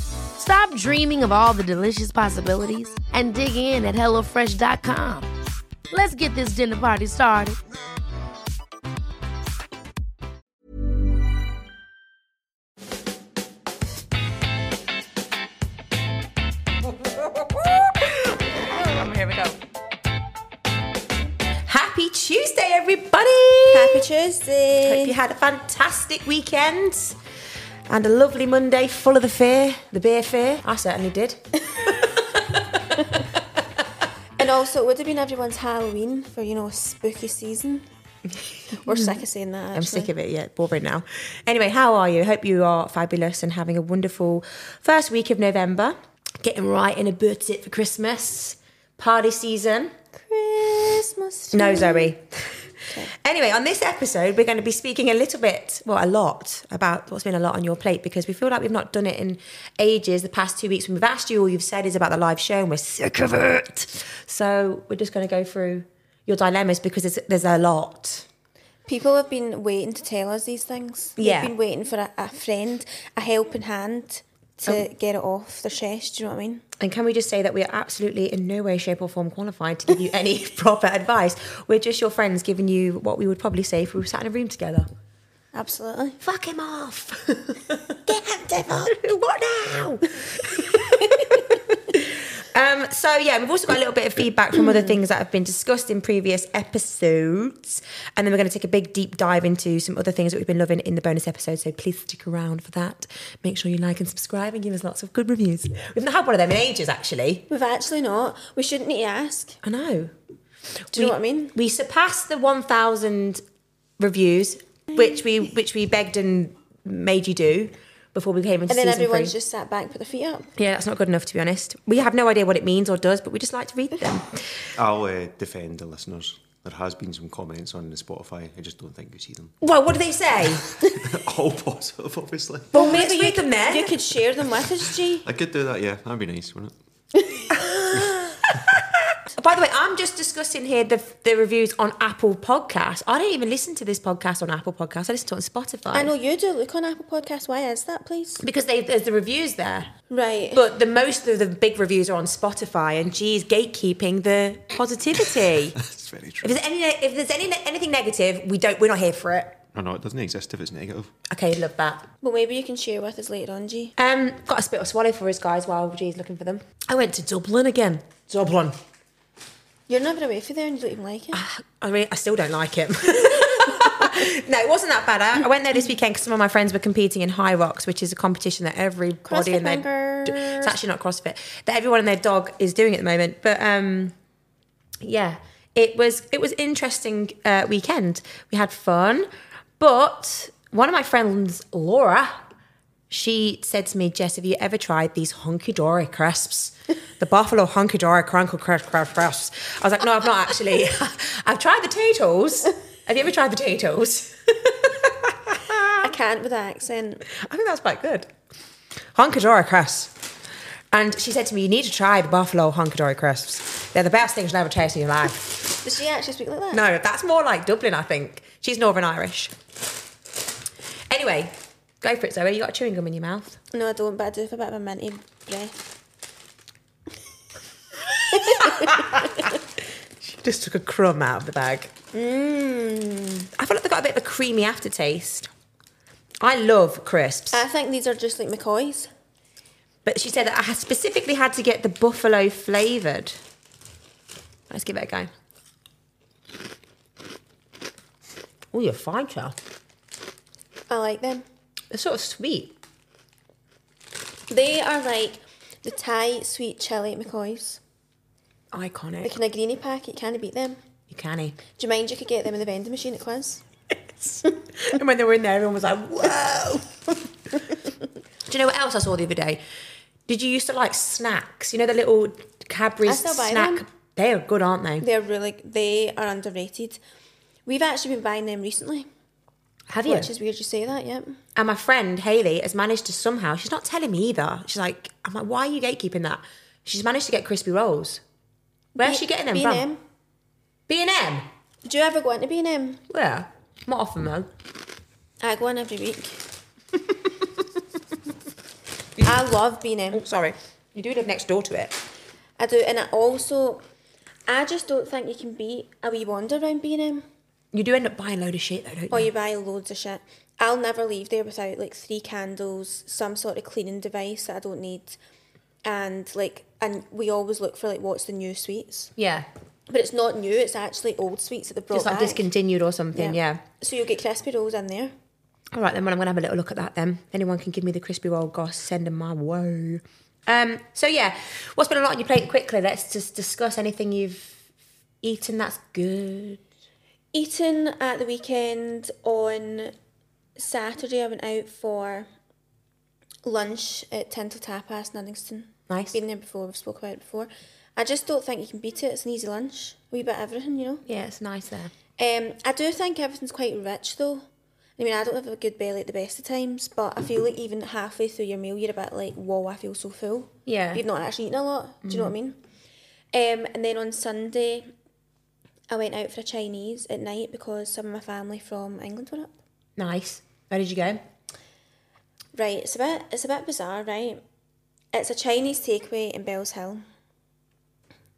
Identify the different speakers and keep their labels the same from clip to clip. Speaker 1: Stop dreaming of all the delicious possibilities and dig in at HelloFresh.com. Let's get this dinner party started.
Speaker 2: Here we go.
Speaker 3: Happy Tuesday, everybody!
Speaker 2: Happy
Speaker 3: Hope you
Speaker 2: Tuesday.
Speaker 3: had a fantastic weekend and a lovely Monday full of the fear, the beer fear. I certainly did.
Speaker 2: And also, it would have been everyone's Halloween for, you know, spooky season. We're sick of saying that.
Speaker 3: I'm sick of it, yeah, boring now. Anyway, how are you? Hope you are fabulous and having a wonderful first week of November. Getting right in a boot it for Christmas. Party season.
Speaker 2: Christmas.
Speaker 3: No,
Speaker 2: tree.
Speaker 3: Zoe. Anyway, on this episode, we're going to be speaking a little bit, well, a lot about what's been a lot on your plate because we feel like we've not done it in ages. The past two weeks, when we've asked you, all you've said is about the live show, and we're sick of it. So we're just going to go through your dilemmas because there's, there's a lot.
Speaker 2: People have been waiting to tell us these things. They've
Speaker 3: Yeah.
Speaker 2: been waiting for a, a friend, a helping hand to
Speaker 3: Oh.
Speaker 2: get it off their chest. Do you know what I mean?
Speaker 3: And can we just say that we are absolutely in no way, shape, or form qualified to give you any proper advice? We're just your friends giving you what we would probably say if we were sat in a room together.
Speaker 2: Absolutely.
Speaker 3: Fuck him off. Damn devil. what now? um, so yeah, we've also got a little bit of feedback from other things that have been discussed in previous episodes, and then we're going to take a big deep dive into some other things that we've been loving in the bonus episode. So please stick around for that. Make sure you like and subscribe and give us lots of good reviews. We've not had one of them in ages, actually.
Speaker 2: We've actually not. We shouldn't need to ask.
Speaker 3: I know.
Speaker 2: Do you know what I mean?
Speaker 3: We surpassed the 1,000 reviews, which we which we begged and made you do before we came into
Speaker 2: And then
Speaker 3: season
Speaker 2: everyone's
Speaker 3: three.
Speaker 2: just sat back, put their feet up.
Speaker 3: Yeah, that's not good enough to be honest. We have no idea what it means or does, but we just like to read them.
Speaker 4: I'll uh, defend the listeners. There has been some comments on the Spotify. I just don't think you see them.
Speaker 3: well, what do they say?
Speaker 4: All positive, obviously.
Speaker 3: well, maybe read them
Speaker 2: You
Speaker 3: then.
Speaker 2: could share them with us, G.
Speaker 4: I could do that, yeah. That'd be nice, wouldn't it?
Speaker 3: By the way, I'm just discussing here the, the reviews on Apple Podcasts. I don't even listen to this podcast on Apple Podcasts. I listen to it on Spotify.
Speaker 2: I know you do. Look on Apple Podcasts. Why is that, please?
Speaker 3: Because they, there's the reviews there,
Speaker 2: Right.
Speaker 3: but the most of the big reviews are on Spotify, and geez, gatekeeping the positivity.
Speaker 4: It's very
Speaker 3: If
Speaker 4: true.
Speaker 3: there's any, if there's any anything negative, we don't. We're not here for it.
Speaker 4: No, no, it doesn't exist if it's negative.
Speaker 3: Okay, love that.
Speaker 2: But maybe you can share with us later on, G.
Speaker 3: Um, got a spit or swallow for us, guys. While G's looking for them, I went to Dublin again. Dublin.
Speaker 2: You're never away for there and you don't even like it.
Speaker 3: I mean, I still don't like it. no, it wasn't that bad. I, I went there this weekend because some of my friends were competing in High Rocks, which is a competition that everybody
Speaker 2: CrossFit
Speaker 3: and their d- it's actually not CrossFit that everyone and their dog is doing at the moment. But um, yeah, it was it was interesting uh, weekend. We had fun, but one of my friends, Laura, she said to me, Jess, have you ever tried these honky dory crisps? The Buffalo honky dory crinkle crisp crisp crisps. I was like, no, I've not actually. I've tried the Tatles. Have you ever tried the Tatles?
Speaker 2: I can't with that accent.
Speaker 3: I think that's quite good. Honky dory crisps. And she said to me, you need to try the Buffalo honky dory crisps. They're the best things you'll ever taste in your life.
Speaker 2: Does she actually speak like that?
Speaker 3: No, that's more like Dublin, I think. She's Northern Irish. Anyway, go for it, Zoe. You got a chewing gum in your mouth.
Speaker 2: No, I don't, but I do have a bit of a minty breath.
Speaker 3: She just took a crumb out of the bag. Mmm. I feel like they got a bit of a creamy aftertaste. I love crisps,
Speaker 2: I think these are just like McCoy's.
Speaker 3: but she said that I had- specifically had to get the buffalo flavoured. Let's give it a go. Oh, you're fine, Char.
Speaker 2: I like them.
Speaker 3: They're sort of sweet.
Speaker 2: They are like the Thai sweet chili McCoy's. The
Speaker 3: Iconic.
Speaker 2: kind of greeny packet, can't beat them.
Speaker 3: You canny.
Speaker 2: Do you mind you could get them in the vending machine at Quiz?
Speaker 3: and when they were in there, everyone was like, whoa. Do you know what else I saw the other day? Did you used to like snacks? You know the little Cadbury's
Speaker 2: I still buy
Speaker 3: snack?
Speaker 2: them.
Speaker 3: They are good, aren't they?
Speaker 2: They're really, they are underrated. We've actually been buying them recently,
Speaker 3: Have you?
Speaker 2: which is weird you say that, yep.
Speaker 3: And my friend Haley has managed to somehow, she's not telling me either. She's like, I'm like, why are you gatekeeping that? She's managed to get crispy rolls. Where's she getting them
Speaker 2: B&M.
Speaker 3: from? B&M.
Speaker 2: Do you ever go into B&M?
Speaker 3: Yeah. Not often though.
Speaker 2: I go in every week. I love B&M.
Speaker 3: Oh, sorry. You do live next door to it.
Speaker 2: I do, and I also, I just don't think you can beat a wee wander around B&M.
Speaker 3: You do end up buying a load of shit though, don't you?
Speaker 2: Or you buy loads of shit. I'll never leave there without like three candles, some sort of cleaning device that I don't need, and like, and we always look for like what's the new sweets,
Speaker 3: yeah.
Speaker 2: but it's not new. It's actually old sweets that they brought
Speaker 3: Just like
Speaker 2: back.
Speaker 3: discontinued or something, yeah.
Speaker 2: So you'll get crispy rolls in there.
Speaker 3: All right, then. Well, I'm going to have a little look at that then. If anyone can give me the crispy roll, gosh, send them my way. Um, so yeah, what's been a lot on your plate? Quickly, let's just discuss anything you've eaten that's good.
Speaker 2: Eaten at the weekend on Saturday, I went out for lunch at Tintle Tapas in Uddingston.
Speaker 3: Nice.
Speaker 2: Been there before. We've spoke about it before. I just don't think you can beat it. It's an easy lunch. A wee bit of everything, you know.
Speaker 3: Yeah, it's nice there.
Speaker 2: Um, I do think everything's quite rich though. I mean, I don't have a good belly at the best of times, but I feel like even halfway through your meal, you're a bit like, whoa, I feel so full.
Speaker 3: Yeah.
Speaker 2: You've not actually eaten a lot. Do you know what I mean? Um, and then on Sunday, I went out for a Chinese at night because some of my family from England were up.
Speaker 3: Nice. Where did you go?
Speaker 2: Right, it's a bit, it's a bit bizarre, right? It's a Chinese takeaway in Bells Hill.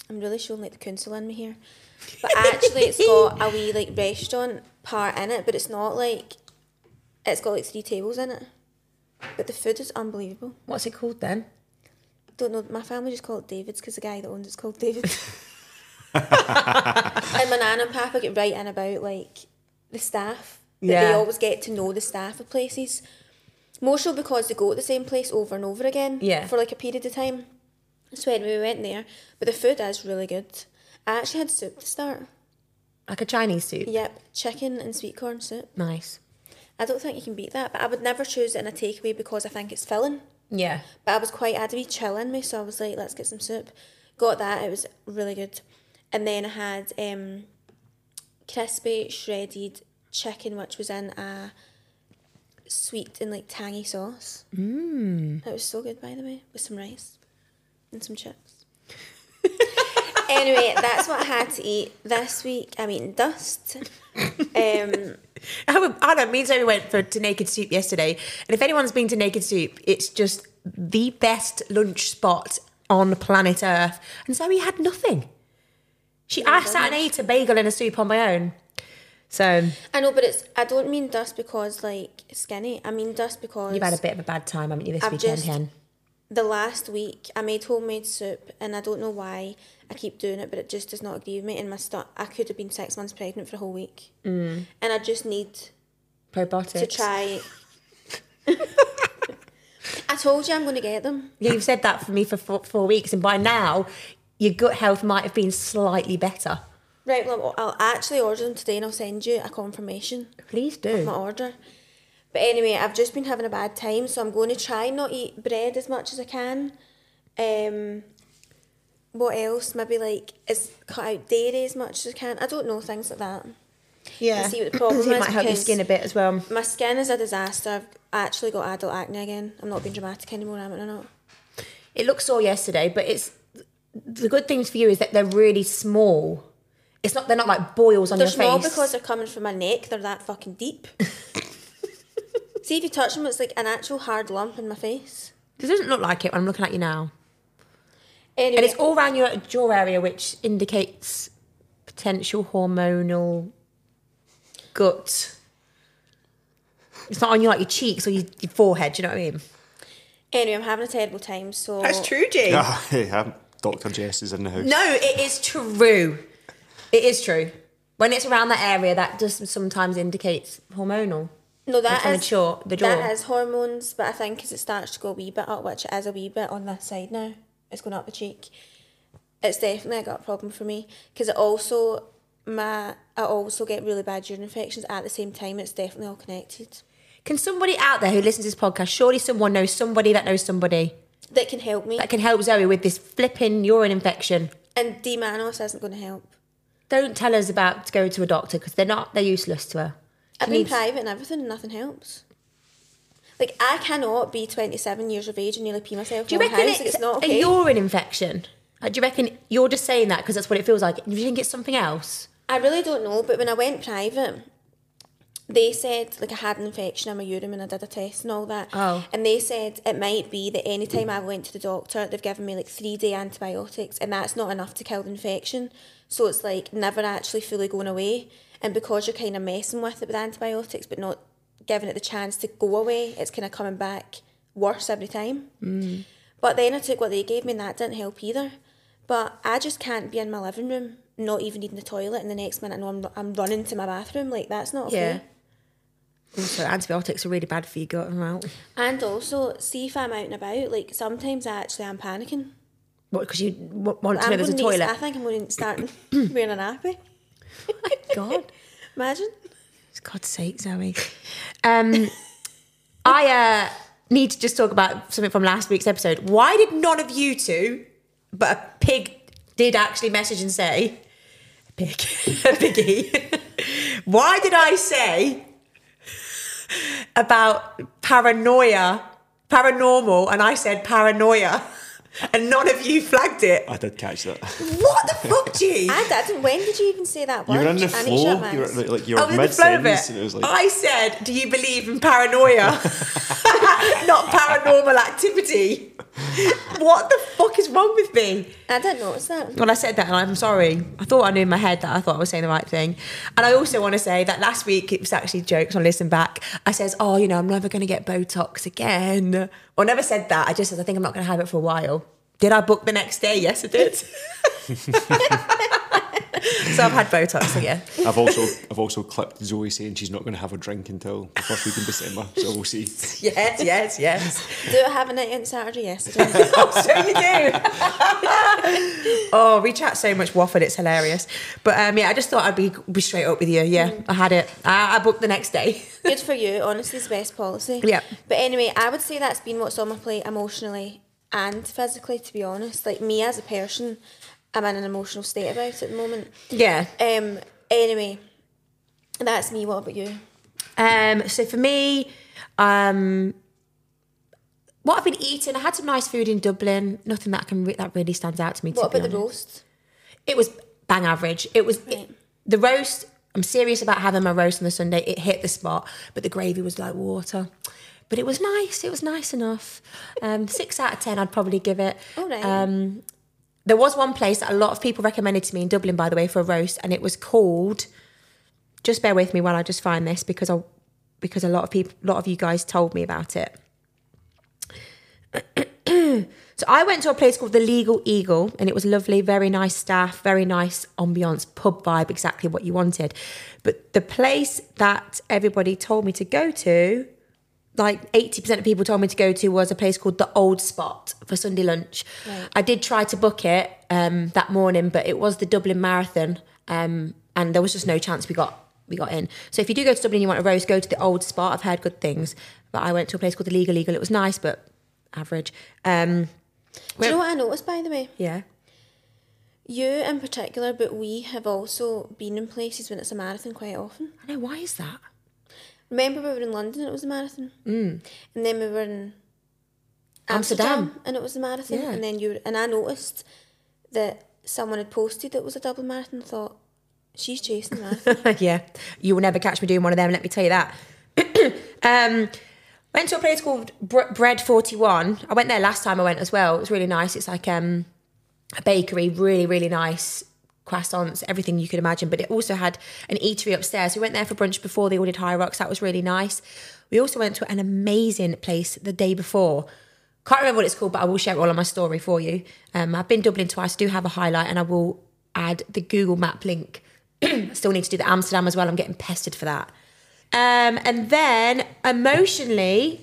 Speaker 2: I'm really showing like the council in me here, but actually, it's got a wee like restaurant part in it, but it's not like it's got like three tables in it. But the food is unbelievable.
Speaker 3: What's it called then?
Speaker 2: Don't know. My family just call it David's because the guy that owns it's called David. and my nan and papa get right in about like the staff. That They
Speaker 3: Yeah.
Speaker 2: always get to know the staff of places. More so because they go to the same place over and over again.
Speaker 3: Yeah.
Speaker 2: For like a period of time. So anyway, we went there, but the food is really good. I actually had soup to start.
Speaker 3: Like a Chinese soup.
Speaker 2: Yep, chicken and sweet corn soup.
Speaker 3: Nice.
Speaker 2: I don't think you can beat that, but I would never choose it in a takeaway because I think it's filling.
Speaker 3: Yeah.
Speaker 2: But I was quite, I had a wee chill in me, so I was like, let's get some soup. Got that, it was really good. And then I had um, crispy shredded chicken, which was in a sweet and like tangy sauce. Mm. It was so good, by the way, with some rice and some chips. anyway, that's what I had to eat this week. I'm eating dust. Um,
Speaker 3: I would- Oh, I don't mean so we went for to Naked Soup yesterday, and if anyone's been to Naked Soup, it's just the best lunch spot on planet Earth. And Zoe had nothing. She I sat and ate a bagel and a soup on my own. So
Speaker 2: I know, but it's. I don't mean dust because like skinny. I mean dust because
Speaker 3: you've had a bit of a bad time, haven't you, this
Speaker 2: I've
Speaker 3: weekend,
Speaker 2: just-
Speaker 3: Hen?
Speaker 2: the last week I made homemade soup and I don't know why I keep doing it, but it just does not agree with me. And my stomach, I could have been six months pregnant for a whole week, mm. and I just need
Speaker 3: Probiotics.
Speaker 2: to try. I told you I'm going to get them.
Speaker 3: Yeah, you've said that for me for four, four weeks, and by now your gut health might have been slightly better.
Speaker 2: Right, well, I'll I'll actually order them today and I'll send you a confirmation
Speaker 3: Please
Speaker 2: of
Speaker 3: do.
Speaker 2: my order. But anyway, I've just been having a bad time, so I'm going to try not eat bread as much as I can. Um, what else? Maybe like is cut out dairy as much as I can. I don't know things like that.
Speaker 3: Yeah,
Speaker 2: I see what the problem
Speaker 3: it
Speaker 2: is
Speaker 3: might help your
Speaker 2: because-
Speaker 3: skin a bit as well.
Speaker 2: My skin is a disaster. I've actually got adult acne again. I'm not being dramatic anymore, am I or not?
Speaker 3: It looked sore yesterday, but it's the good things for you is that they're really small. It's not they're not like boils on
Speaker 2: They're
Speaker 3: your
Speaker 2: small
Speaker 3: face.
Speaker 2: because they're coming from my neck. They're that fucking deep. See, See if you touch them, it's like an actual hard lump in my face.
Speaker 3: This doesn't look like it when I'm looking at you now.
Speaker 2: Anyway,
Speaker 3: And it's all around your jaw area, which indicates potential hormonal gut. It's not on your like your cheeks or your, your forehead. Do you know what I mean?
Speaker 2: anyway, I'm having a terrible time. So
Speaker 3: true, G.
Speaker 4: Ah, hey, I'm- Dr. Jess is in the house.
Speaker 3: Eh. No, it is true. It is true. When it's around that area, that just sometimes indicates hormonal.
Speaker 2: No, that
Speaker 3: Like on the
Speaker 2: is
Speaker 3: jaw- the jaw.
Speaker 2: that is hormones, but I think as it starts to go a wee bit up, which it is a wee bit on this side now, it's going up the cheek. It's definitely a gut problem for me because it also my I also get really bad urine infections at the same time. It's definitely all connected.
Speaker 3: Can somebody out there who listens to this podcast, surely someone knows somebody that knows somebody
Speaker 2: That can help me,
Speaker 3: that can help Zoe with this flipping urine infection?
Speaker 2: and D Manos isn't going to help.
Speaker 3: Don't tell us about to go to a doctor because they're not, they're useless to her.
Speaker 2: I've
Speaker 3: She
Speaker 2: been
Speaker 3: needs-
Speaker 2: private and everything, and nothing helps. Like I cannot be twenty seven years of age and nearly pee myself.
Speaker 3: Do you
Speaker 2: in my
Speaker 3: reckon
Speaker 2: house.
Speaker 3: it's,
Speaker 2: Like, it's not
Speaker 3: a
Speaker 2: okay?
Speaker 3: urine infection? Like, do you reckon you're just saying that because that's what it feels like? Do you think it's something else?
Speaker 2: I really don't know, but when I went private, they said like I had an infection in my urine and I did a test and all that.
Speaker 3: Oh.
Speaker 2: And they said it might be that any time I went to the doctor, they've given me like three day antibiotics and that's not enough to kill the infection. So it's like never actually fully going away. And because you're kind of messing with it with antibiotics but not giving it the chance to go away, it's kind of coming back worse every time. But then I took what they gave me and that didn't help either. But I just can't be in my living room, not even needing the toilet, and the next minute I know I'm, I'm running to my bathroom. Like, that's not okay.
Speaker 3: Also, antibiotics are really bad for your gut and out.
Speaker 2: And also, see if I'm out and about, like, sometimes I actually am panicking.
Speaker 3: What? Because you w- want to
Speaker 2: I'm
Speaker 3: know there's a
Speaker 2: gonna need-
Speaker 3: toilet.
Speaker 2: I think I'm going to start wearing a nappy.
Speaker 3: God.
Speaker 2: Imagine.
Speaker 3: For God's sake, Zoe. Um, I uh, need to just talk about something from last week's episode. Why did none of you two, but a pig did actually message and say, a pig, a piggy, why did I say about paranoia, paranormal, and I said paranoia, and none of you flagged it?
Speaker 4: I did catch that.
Speaker 3: What the fuck, G?
Speaker 2: I didn't. When did you even say that word?
Speaker 4: You were in the
Speaker 2: I need
Speaker 4: flow.
Speaker 2: shut my
Speaker 4: You were
Speaker 2: eyes.
Speaker 4: like, like you
Speaker 3: I
Speaker 4: were
Speaker 3: was in
Speaker 4: mid
Speaker 3: Oh, the flow of
Speaker 4: sentence,
Speaker 3: it. Oh.
Speaker 4: and it was like
Speaker 3: I said, "Do you believe in paranoia, not paranormal activity?" what the fuck is wrong with me?
Speaker 2: I didn't notice that.
Speaker 3: Well, I said that, and I'm sorry. I thought I knew in my head that I thought I was saying the right thing. And I also want to say that last week it was actually jokes on Listen Back. I says, "Oh, you know, I'm never going to get Botox again." Well, I never said that. I just said I think I'm not going to have it for a while. Did I book the next day? Yes, I did. so I've had Botox again.
Speaker 4: I've also I've also clipped Zoe saying she's not going to have a drink until the first week in December. So we'll see.
Speaker 3: Yes, yes, yes.
Speaker 2: Do I have a night on Saturday yesterday?
Speaker 3: so you do. oh, we chat so much waffle, it's hilarious. But um, yeah, I just thought I'd be, be straight up with you. Yeah, I had it. I, I booked the next day.
Speaker 2: Good for you. Honestly, it's the best policy.
Speaker 3: Yeah.
Speaker 2: But anyway, I would say that's been what's on my plate emotionally and physically, to be honest. Like, me as a person, I'm in an emotional state about it at the moment.
Speaker 3: Yeah.
Speaker 2: Um. Anyway, that's me. What about you?
Speaker 3: Um, so for me, um, what I've been eating, I had some nice food in Dublin. Nothing that can re- that really stands out to me.
Speaker 2: What
Speaker 3: to be
Speaker 2: about
Speaker 3: honest.
Speaker 2: the roast?
Speaker 3: It was bang average. It was it- the roast. I'm serious about having my roast on the Sunday. It hit the spot, but the gravy was like water. But it was nice. It was nice enough. Um, six out of ten, I'd probably give it.
Speaker 2: All right.
Speaker 3: Um, there was one place that a lot of people recommended to me in Dublin, by the way, for a roast, and it was called. Just bear with me while I just find this because I, because a lot of people, a lot of you guys told me about it. So I went to a place called the Legal Eagle, and it was lovely, very nice staff, very nice ambiance, pub vibe, exactly what you wanted. But the place that everybody told me to go to, like 80% of people told me to go to, was a place called the Old Spot for Sunday lunch. I did try to book it um, that morning, but it was the Dublin Marathon, um, and there was just no chance we got we got in. So if you do go to Dublin, and you want a roast, go to the Old Spot. I've heard good things, but I went to a place called the Legal Eagle. It was nice, but average. Um,
Speaker 2: Do you know what I noticed, by the way?
Speaker 3: yeah.
Speaker 2: You in particular, but we have also been in places when it's a marathon quite often.
Speaker 3: I know. Why is that?
Speaker 2: Remember, we were in London, it was a marathon. Mm. And then we were in
Speaker 3: Amsterdam.
Speaker 2: Amsterdam, and it was a marathon.
Speaker 3: Yeah.
Speaker 2: And then you were, and I noticed that someone had posted that it was a double marathon. and Thought she's chasing the marathon.
Speaker 3: yeah, you will never catch me doing one of them. Let me tell you that. um, Went to a place called Bre- Bread 41. I went there last time I went as well. It was really nice. It's like um, a bakery, really, really nice croissants, everything you could imagine. But it also had an eatery upstairs. We went there for brunch before they ordered High Rocks. That was really nice. We also went to an amazing place the day before. Can't remember what it's called, but I will share it all on my story for you. Um, I've been Dublin twice. I do have a highlight, and I will add the Google Map link. I still need to do the Amsterdam as well. I'm getting pestered for that. Um, and then emotionally,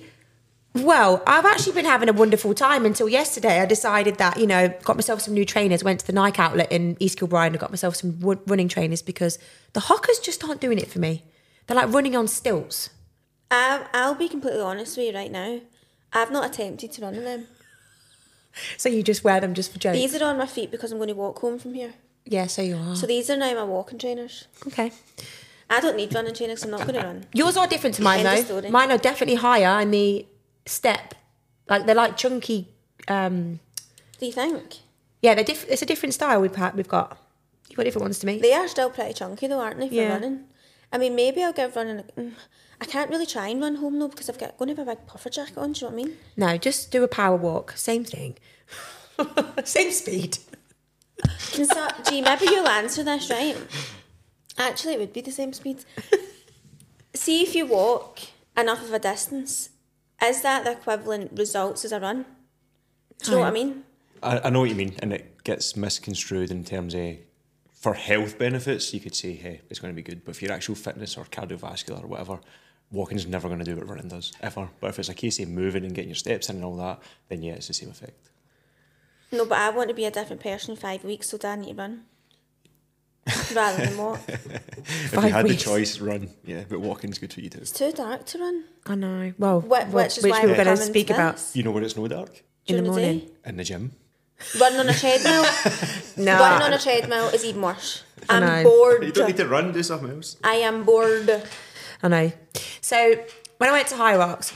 Speaker 3: well, I've actually been having a wonderful time until yesterday. I decided that, you know, got myself some new trainers, went to the Nike outlet in East Kilbride and got myself some wo- running trainers because the hockers just aren't doing it for me. They're like running on stilts.
Speaker 2: I, I'll be completely honest with you right now. I've not attempted to run in them.
Speaker 3: So you just wear them just for jokes.
Speaker 2: These are on my feet because I'm going to walk home from here.
Speaker 3: yeah, so you are.
Speaker 2: So these are now my walking trainers.
Speaker 3: okay.
Speaker 2: I don't need running trainers. I'm not going to run.
Speaker 3: Yours are different to mine
Speaker 2: End of
Speaker 3: though.
Speaker 2: story.
Speaker 3: Mine are definitely higher in the step. Like they're like chunky. Um,
Speaker 2: Do you think
Speaker 3: yeah, they're diff- it's a different style we've had, we've got. You've got different ones to me.
Speaker 2: they are still pretty chunky though, aren't they? For
Speaker 3: Yeah.
Speaker 2: running. I mean, maybe I'll give running. a- mm, I can't really try and run home though because I've got going to have a big puffer jacket on. Do you know what I mean?
Speaker 3: No, just do a power walk. Same thing. Same speed.
Speaker 2: Can so, gee, maybe you'll answer this right. Actually, it would be the same speed. See if you walk enough of a distance. Is that the equivalent results as a run? Do you know what I mean?
Speaker 4: I, I know what you mean, and it gets misconstrued in terms of for health benefits. You could say, hey, it's going to be good, but for your actual fitness or cardiovascular or whatever, walking's never going to do what running does ever. But if it's a case of moving and getting your steps in and all that, then yeah, it's the same effect.
Speaker 2: No, but I want to be a different person in five weeks, so do I need to run? Rather than walk.
Speaker 4: If
Speaker 3: Five
Speaker 4: you had
Speaker 3: weeks.
Speaker 4: the choice, run. Yeah, but walking's good for you too.
Speaker 2: It's too dark to run.
Speaker 3: I know. Well,
Speaker 2: Wh- which is why
Speaker 3: we were
Speaker 2: we're
Speaker 3: going to
Speaker 2: coming
Speaker 3: speak
Speaker 2: to
Speaker 3: about
Speaker 2: this.
Speaker 4: You know when it's no dark?
Speaker 3: in the
Speaker 2: During the
Speaker 3: morning.
Speaker 4: In the gym.
Speaker 2: Running on a treadmill.
Speaker 3: No,
Speaker 2: Running on a treadmill is even worse.
Speaker 3: know.
Speaker 2: I'm bored.
Speaker 4: to run, do something else.
Speaker 2: I am bored.
Speaker 3: I know. So when I went to High Rocks,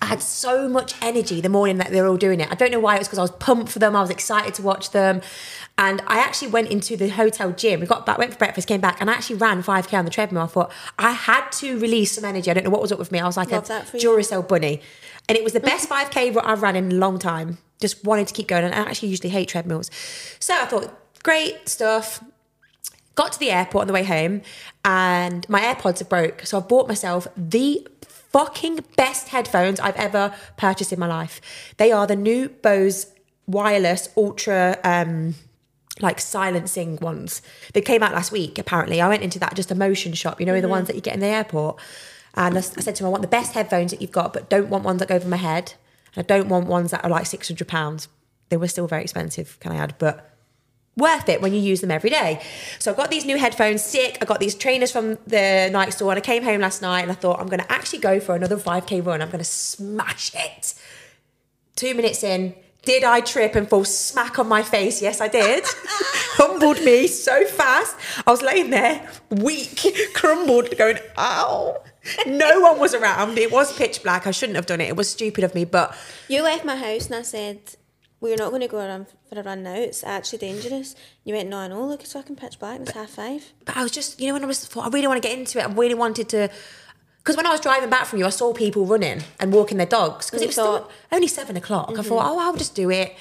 Speaker 3: I had so much energy the morning that they were all doing it. I don't know why it was because I was pumped for them. I was excited to watch them, and I actually went into the hotel gym. We got back, went for breakfast, came back, and I actually ran five k on the treadmill. I thought I had to release some energy. I don't know what was up with me. I was like
Speaker 2: Love
Speaker 3: a
Speaker 2: that for you.
Speaker 3: Duracell bunny, and it was the best five k I've run in a long time. Just wanted to keep going, and I actually usually hate treadmills, so I thought great stuff got to the airport on the way home and my AirPods are broke. So I bought myself the fucking best headphones I've ever purchased in my life. They are the new Bose wireless ultra um like silencing ones. They came out last week, apparently. I went into that just a motion shop, you know, the ones that you get in the airport. And I, s- I said to him, I want the best headphones that you've got, but don't want ones that go over my head. And I don't want ones that are like £600. They were still very expensive, can I add, but worth it when you use them every day. So I got these new headphones, sick. I got these trainers from the night store, and I came home last night and I thought I'm going to actually go for another 5k run. I'm going to smash it. Two minutes in, did I trip and fall smack on my face? Yes, I did. Humbled me so fast. I was laying there, weak, crumbled, going, ow. No one was around. It was pitch black. I shouldn't have done it. It was stupid of me, but
Speaker 2: You left my house and I said, We're not going to go around for a run now. It's actually dangerous. And you went, No, I know. Look, it's fucking pitch black and it's half five.
Speaker 3: but I was just, you know, when I was, thought, I really want to get into it. I really wanted to, because when I was driving back from you, I saw people running and walking their dogs because
Speaker 2: And
Speaker 3: it
Speaker 2: you
Speaker 3: was
Speaker 2: thought- Mm-hmm.
Speaker 3: still only seven o'clock. I thought, oh, I'll just do it.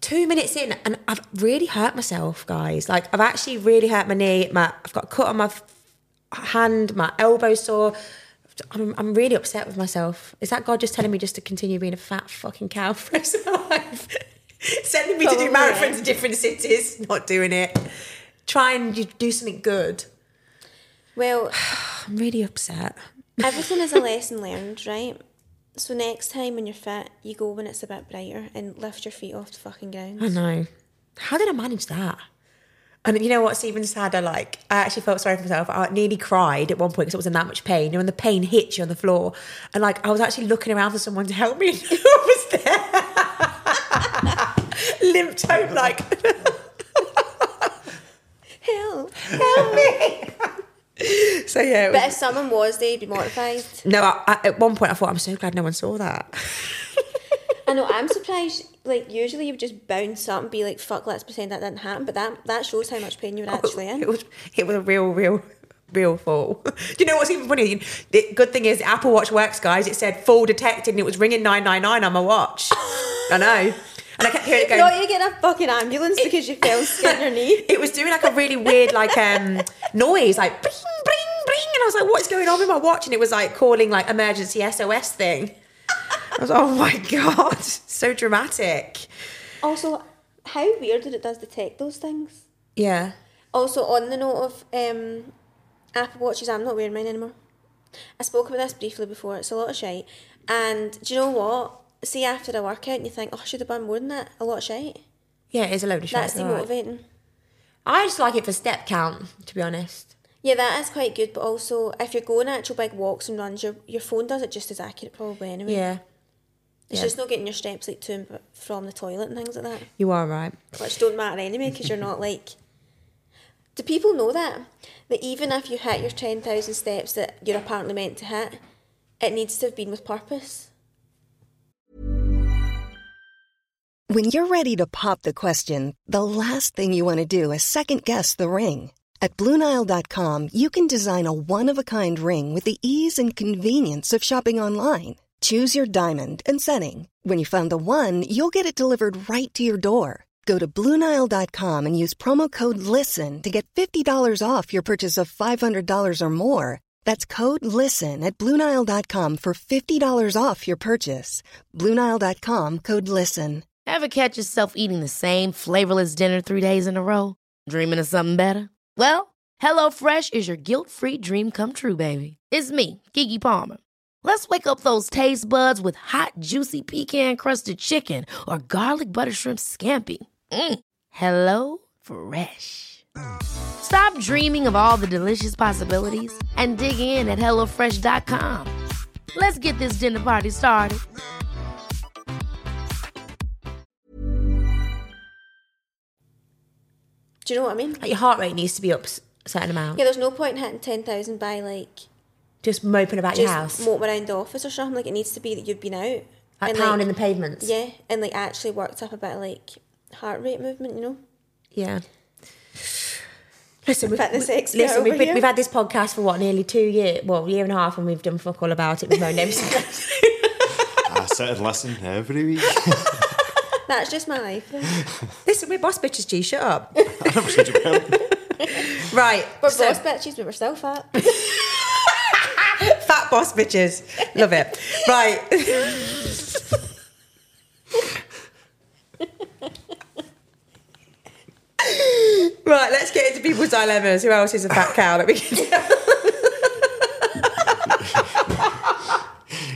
Speaker 3: Two minutes in, and I've really hurt myself, guys. Like I've actually really hurt my knee. My I've got a cut on my f- hand. My elbow sore. I'm, I'm really upset with myself. Is that God just telling me just to continue being a fat fucking cow for the rest of my life? Sending me to do
Speaker 2: Probably.
Speaker 3: marathons in different cities, not doing it. Try and you do something good.
Speaker 2: Well,
Speaker 3: I'm really upset.
Speaker 2: everything is a lesson learned, right? So next time when you're fit, you go when it's a bit brighter and lift your feet off the fucking
Speaker 3: I
Speaker 2: ground.
Speaker 3: know. How did I manage that? And you know what's even sadder? Like, I actually felt sorry for myself. I nearly cried at one point because I was in that much pain. You know, when the pain hits you on the floor, and like, I was actually looking around for someone to help me, and who was there? Limped home, like,
Speaker 2: Hell.
Speaker 3: help me. so, yeah. It
Speaker 2: But
Speaker 3: was,
Speaker 2: if someone was there, you'd be mortified.
Speaker 3: no, I, I, at one point, I thought, I'm so glad no one saw that.
Speaker 2: I know, I'm surprised. Like, usually you would just bounce up and be
Speaker 3: Oh,
Speaker 2: like, fuck, let's pretend that didn't happen. But that, that shows how much pain you were actually in.
Speaker 3: It was, it was a real, real real fall. Do you know what's even funny? The good thing is, Apple Watch works, guys. It said fall detected and it was ringing 999 on my watch. I know. And I kept hearing it going.
Speaker 2: Not you get a fucking ambulance because you fell skin your knee.
Speaker 3: It was doing like a really weird like um noise, like bring, bring, bring, and I was like, "What is going on with my watch?" And it was like calling like emergency SOS thing. I was like, "Oh my god, so dramatic."
Speaker 2: Also, how weird that it does detect those things.
Speaker 3: Yeah,
Speaker 2: Also, on the note of um, Apple Watches, I'm not wearing mine anymore. I spoke about this briefly before, it's a lot of shite. And do you know what? See, after a workout, and you think, oh, I should have done more than that. A lot of shite.
Speaker 3: yeah, it's a load of shit.
Speaker 2: That's demotivating.
Speaker 3: I just like it for step count, to be honest.
Speaker 2: Yeah, that is quite good, but also if you're going actual big walks and runs, your your phone does it just as accurate probably anyway.
Speaker 3: Yeah,
Speaker 2: It's
Speaker 3: yeah.
Speaker 2: just not getting your steps like to and b- from the toilet and things like that,
Speaker 3: you are right.
Speaker 2: which don't matter anyway because you're not like. Do people know that that even if you hit your ten thousand steps that you're apparently meant to hit, it needs to have been with purpose.
Speaker 5: When you're ready to pop the question, the last thing you want to do is second guess the ring. At Bluenile.com, you can design a one of a kind ring with the ease and convenience of shopping online. Choose your diamond and setting. When you find the one, you'll get it delivered right to your door. Go to Bluenile.com and use promo code LISTEN to get $50 off your purchase of $500 or more. That's code LISTEN at Bluenile.com for $50 off your purchase. Bluenile.com code LISTEN.
Speaker 1: Ever catch yourself eating the same flavorless dinner three days in a row? Dreaming of something better? Well, HelloFresh is your guilt free dream come true, baby. It's me, Gigi Palmer. Let's wake up those taste buds with hot, juicy pecan crusted chicken or garlic butter shrimp scampi. Mm. Hello Fresh. Stop dreaming of all the delicious possibilities and dig in at HelloFresh.com. Let's get this dinner party started.
Speaker 2: Do you know what I mean?
Speaker 3: Like your heart rate needs to be up s- a certain amount.
Speaker 2: Yeah, there's no point hitting ten thousand by like
Speaker 3: Just moping about your
Speaker 2: just
Speaker 3: house,
Speaker 2: moping around the office or something. Like it needs to be that you've been out,
Speaker 3: like
Speaker 2: and,
Speaker 3: pounding the pavements.
Speaker 2: yeah, and like actually worked up a bit of like heart rate movement. You know.
Speaker 3: Yeah. Listen, we've,
Speaker 2: Fitness
Speaker 3: we-
Speaker 2: expert
Speaker 3: listen,
Speaker 2: over
Speaker 3: we've, been,
Speaker 2: here.
Speaker 3: we've had this podcast for what nearly two years, well, year and a half, and we've done fuck all about it. We've known every single
Speaker 6: I sit and listen every week.
Speaker 2: That's just my life. though.
Speaker 3: Listen, we're boss bitches, G. Shut up.
Speaker 4: Oh,
Speaker 6: Well,
Speaker 3: Right,
Speaker 2: We're
Speaker 3: so-
Speaker 2: boss bitches, but we're still fat.
Speaker 3: fat boss bitches. Love it. Right. right, let's get into people's dilemmas. Who else is a fat cow that we can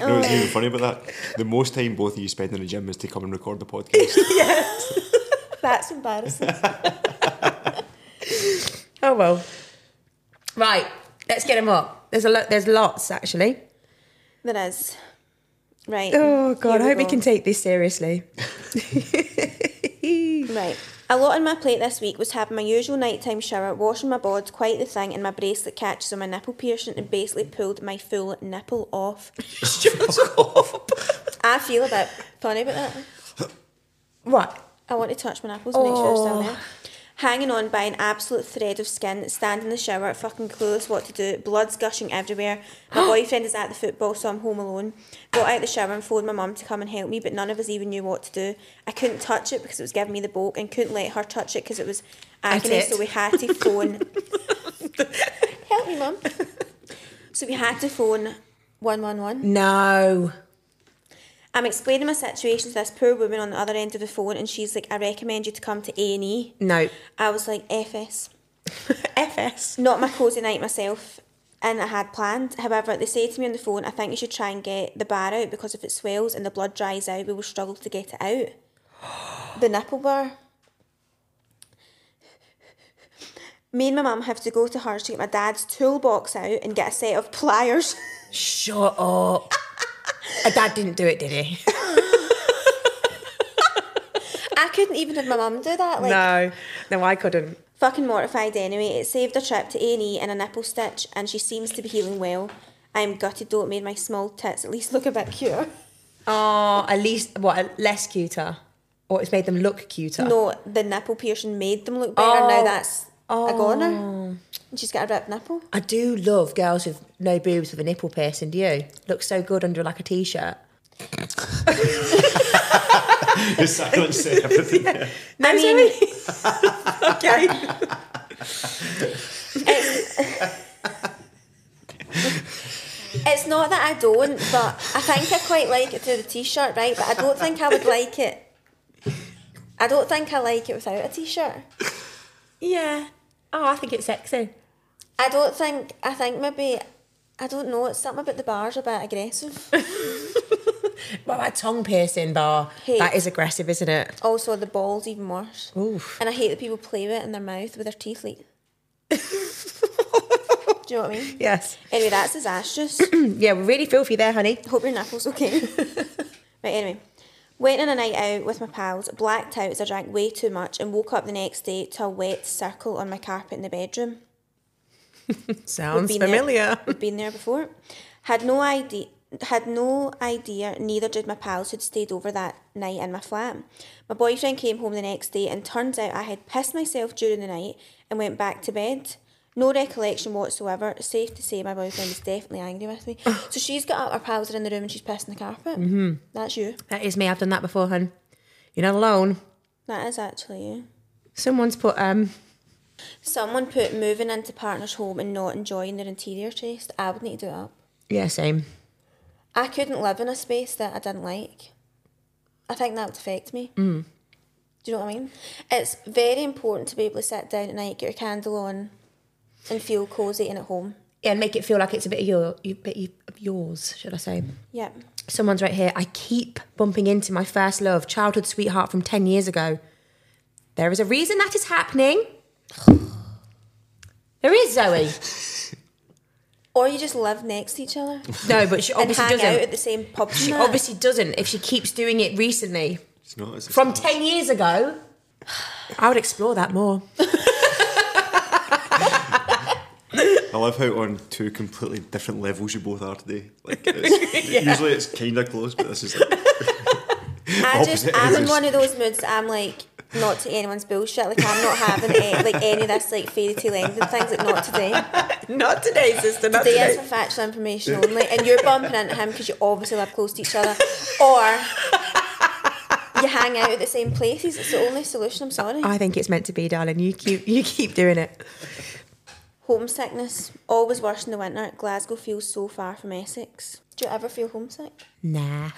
Speaker 6: you know what's
Speaker 3: Oh.
Speaker 6: even funny about that? The most time both of you spend in the gym is to come and record the podcast.
Speaker 2: That's embarrassing.
Speaker 3: Oh well. Right, let's get them up. There's a lot there's lots actually.
Speaker 2: there is. Right.
Speaker 3: Oh god,
Speaker 2: here
Speaker 3: I hope we
Speaker 2: go.
Speaker 3: can take this seriously.
Speaker 2: Right. A lot on my plate this week was having my usual nighttime shower, washing my bod, quite the thing, and my bracelet catches on my nipple piercing and basically pulled my full nipple off. I feel a bit funny about that.
Speaker 3: Right.
Speaker 2: I want to touch my nipples and make sure they're still there. Hanging on by an absolute thread of skin, stand in the shower, fucking clueless what to do, blood's gushing everywhere. My boyfriend is at the football, so I'm home alone. Got out the shower and phoned my mum to come and help me, but none of us even knew what to do. I couldn't touch it because it was giving me the bulk, and couldn't let her touch it because it was agony,
Speaker 3: tit.
Speaker 2: so we had to phone. help me, mum. So we had to phone 111.
Speaker 3: No.
Speaker 2: I'm explaining my situation to this poor woman on the other end of the phone, and she's like, "I recommend you to come to A and E."
Speaker 3: No.
Speaker 2: I was like, "FS,
Speaker 3: FS.
Speaker 2: not my cozy night myself," and I had planned. However, they say to me on the phone, "I think you should try and get the bar out because if it swells and the blood dries out, we will struggle to get it out." The nipple bar. Me and my mum have to go to hers to get my dad's toolbox out and get a set of pliers.
Speaker 3: Shut up. A dad didn't do it, did he?
Speaker 2: I couldn't even have my mum do that. Like,
Speaker 3: no. No, I couldn't.
Speaker 2: Fucking mortified anyway, it saved a trip to A&E and a nipple stitch and she seems to be healing well. I'm gutted though it made my small tits at least look a bit cuter.
Speaker 3: Oh, at least what less cuter, or it's made them look cuter.
Speaker 2: No, the nipple piercing made them look better. Now
Speaker 3: Oh.
Speaker 2: that's a goner. And she's got a ripped nipple.
Speaker 3: I do love girls with no boobs with a nipple piercing. Do you? Looks so good under like a t-shirt.
Speaker 4: The silence said everything.
Speaker 3: I mean, okay.
Speaker 2: It's not that I don't, but I think I quite like it through the t-shirt, right? But I don't think I would like it. I don't think I like it without a t-shirt.
Speaker 3: Yeah. Oh, I think it's sexy.
Speaker 2: I don't think. I think maybe. I don't know. It's something about the bars a bit aggressive.
Speaker 3: Well, that tongue piercing bar,
Speaker 2: Hey.
Speaker 3: that is aggressive, isn't it?
Speaker 2: Also, the balls even worse.
Speaker 3: Oof.
Speaker 2: And I hate that people play with it in their mouth with their teeth. Like, do you know what I mean?
Speaker 3: Yes.
Speaker 2: Anyway, that's disastrous.
Speaker 3: Yeah, we really filthy there, honey.
Speaker 2: Hope your nipple's okay. right, anyway. Went on a night out with my pals, blacked out as I drank way too much, and woke up the next day to a wet circle on my carpet in the bedroom.
Speaker 3: Sounds
Speaker 2: We've been there- we've been there before. Had no idea. Had no idea. Neither did my pals who'd stayed over that night in my flat. My boyfriend came home the next day, and turns out I had pissed myself during the night and went back to bed. No recollection whatsoever. Safe to say, my boyfriend was definitely angry with me. So she's got up. Her pals are in the room, and she's pissing the carpet. Mm-hmm. That's you.
Speaker 3: That is me. I've done that before, hun. You're not alone.
Speaker 2: That is actually you.
Speaker 3: Someone's put um.
Speaker 2: Someone put moving into partner's home and not enjoying their interior taste. I would need to do it up.
Speaker 3: Yeah, same.
Speaker 2: I couldn't live in a space that I didn't like. I think that would affect me.
Speaker 3: Mm.
Speaker 2: Do you know what I mean? It's very important to be able to sit down at night, get your candle on, and feel cosy and at home.
Speaker 3: Yeah, and make it feel like it's a bit of your, you- bit of yours, should I say?
Speaker 2: Yeah.
Speaker 3: Someone's right here. I keep bumping into my first love, childhood sweetheart from ten years ago. There is a reason that is happening. There is Zoe.
Speaker 2: Or you just live next to each other
Speaker 3: No, but she
Speaker 2: and
Speaker 3: obviously
Speaker 2: hang out
Speaker 3: doesn't.
Speaker 2: at the same pub.
Speaker 3: She obviously doesn't. If she keeps doing it recently,
Speaker 6: It's not. It's
Speaker 3: from 10 years ago, I would explore that more.
Speaker 6: I love how on two completely different levels you both are today. Like it's, usually it's kind of close, but this is like,
Speaker 2: I just,
Speaker 6: opposite
Speaker 2: I'm in
Speaker 6: ends.
Speaker 2: one of those moods. that I'm like, not to anyone's bullshit. Like I'm not having a, like any of this like fairy tale ending things. Like not today.
Speaker 3: Not today, sister. Not
Speaker 2: Today is for factual information only, and you're bumping into him because you obviously live close to each other, or you hang out at the same places. It's the only solution. I'm sorry.
Speaker 3: I think it's meant to be, darling. You keep you keep doing it.
Speaker 2: homesickness always worse in the winter. Glasgow feels so far from Essex. Do you ever feel homesick?
Speaker 3: Nah.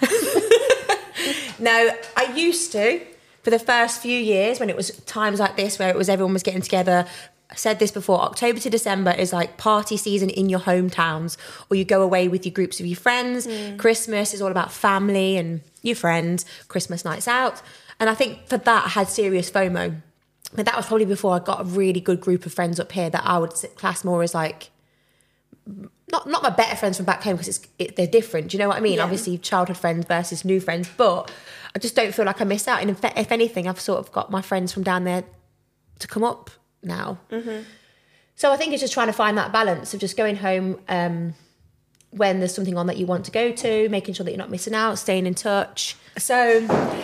Speaker 3: no, I used to for the first few years when it was times like this where it was everyone was getting together. I said this before October to December is like party season in your hometowns, or you go away with your groups of your friends. Christmas is all about family and your friends, Christmas nights out. And I think for that, I had serious FOMO. But that was probably before I got a really good group of friends up here that I would class more as like not not my better friends from back home because it's it, they're different. Do you know what I mean? Obviously, childhood friends versus new friends, but I just don't feel like I miss out. And in fact, if anything, I've sort of got my friends from down there to come up now. So I think it's just trying to find that balance of just going home um, when there's something on that you want to go to, making sure that you're not missing out, staying in touch. So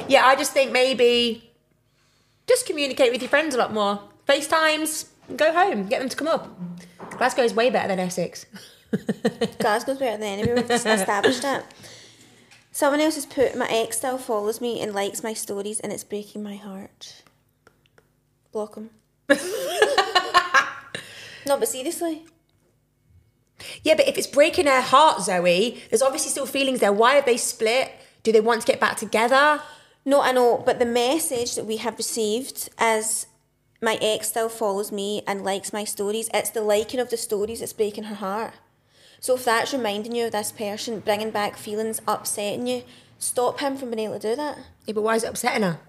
Speaker 3: yeah, I just think maybe just communicate with your friends a lot more. FaceTimes, go home, get them to come up. Glasgow is way better than Essex.
Speaker 2: Glasgow's better than anywhere. We've established that. Someone else has put my ex still follows me and likes my stories, and it's breaking my heart. Block him. no, but seriously.
Speaker 3: Yeah, but if it's breaking her heart, Zoe, there's obviously still feelings there. Why have they split? Do they want to get back together?
Speaker 2: No, I know, but the message that we have received is my ex still follows me and likes my stories. It's the liking of the stories that's breaking her heart. So if that's reminding you of this person, bringing back feelings, upsetting you, stop him from being able to do that.
Speaker 3: Yeah, but why is it upsetting her?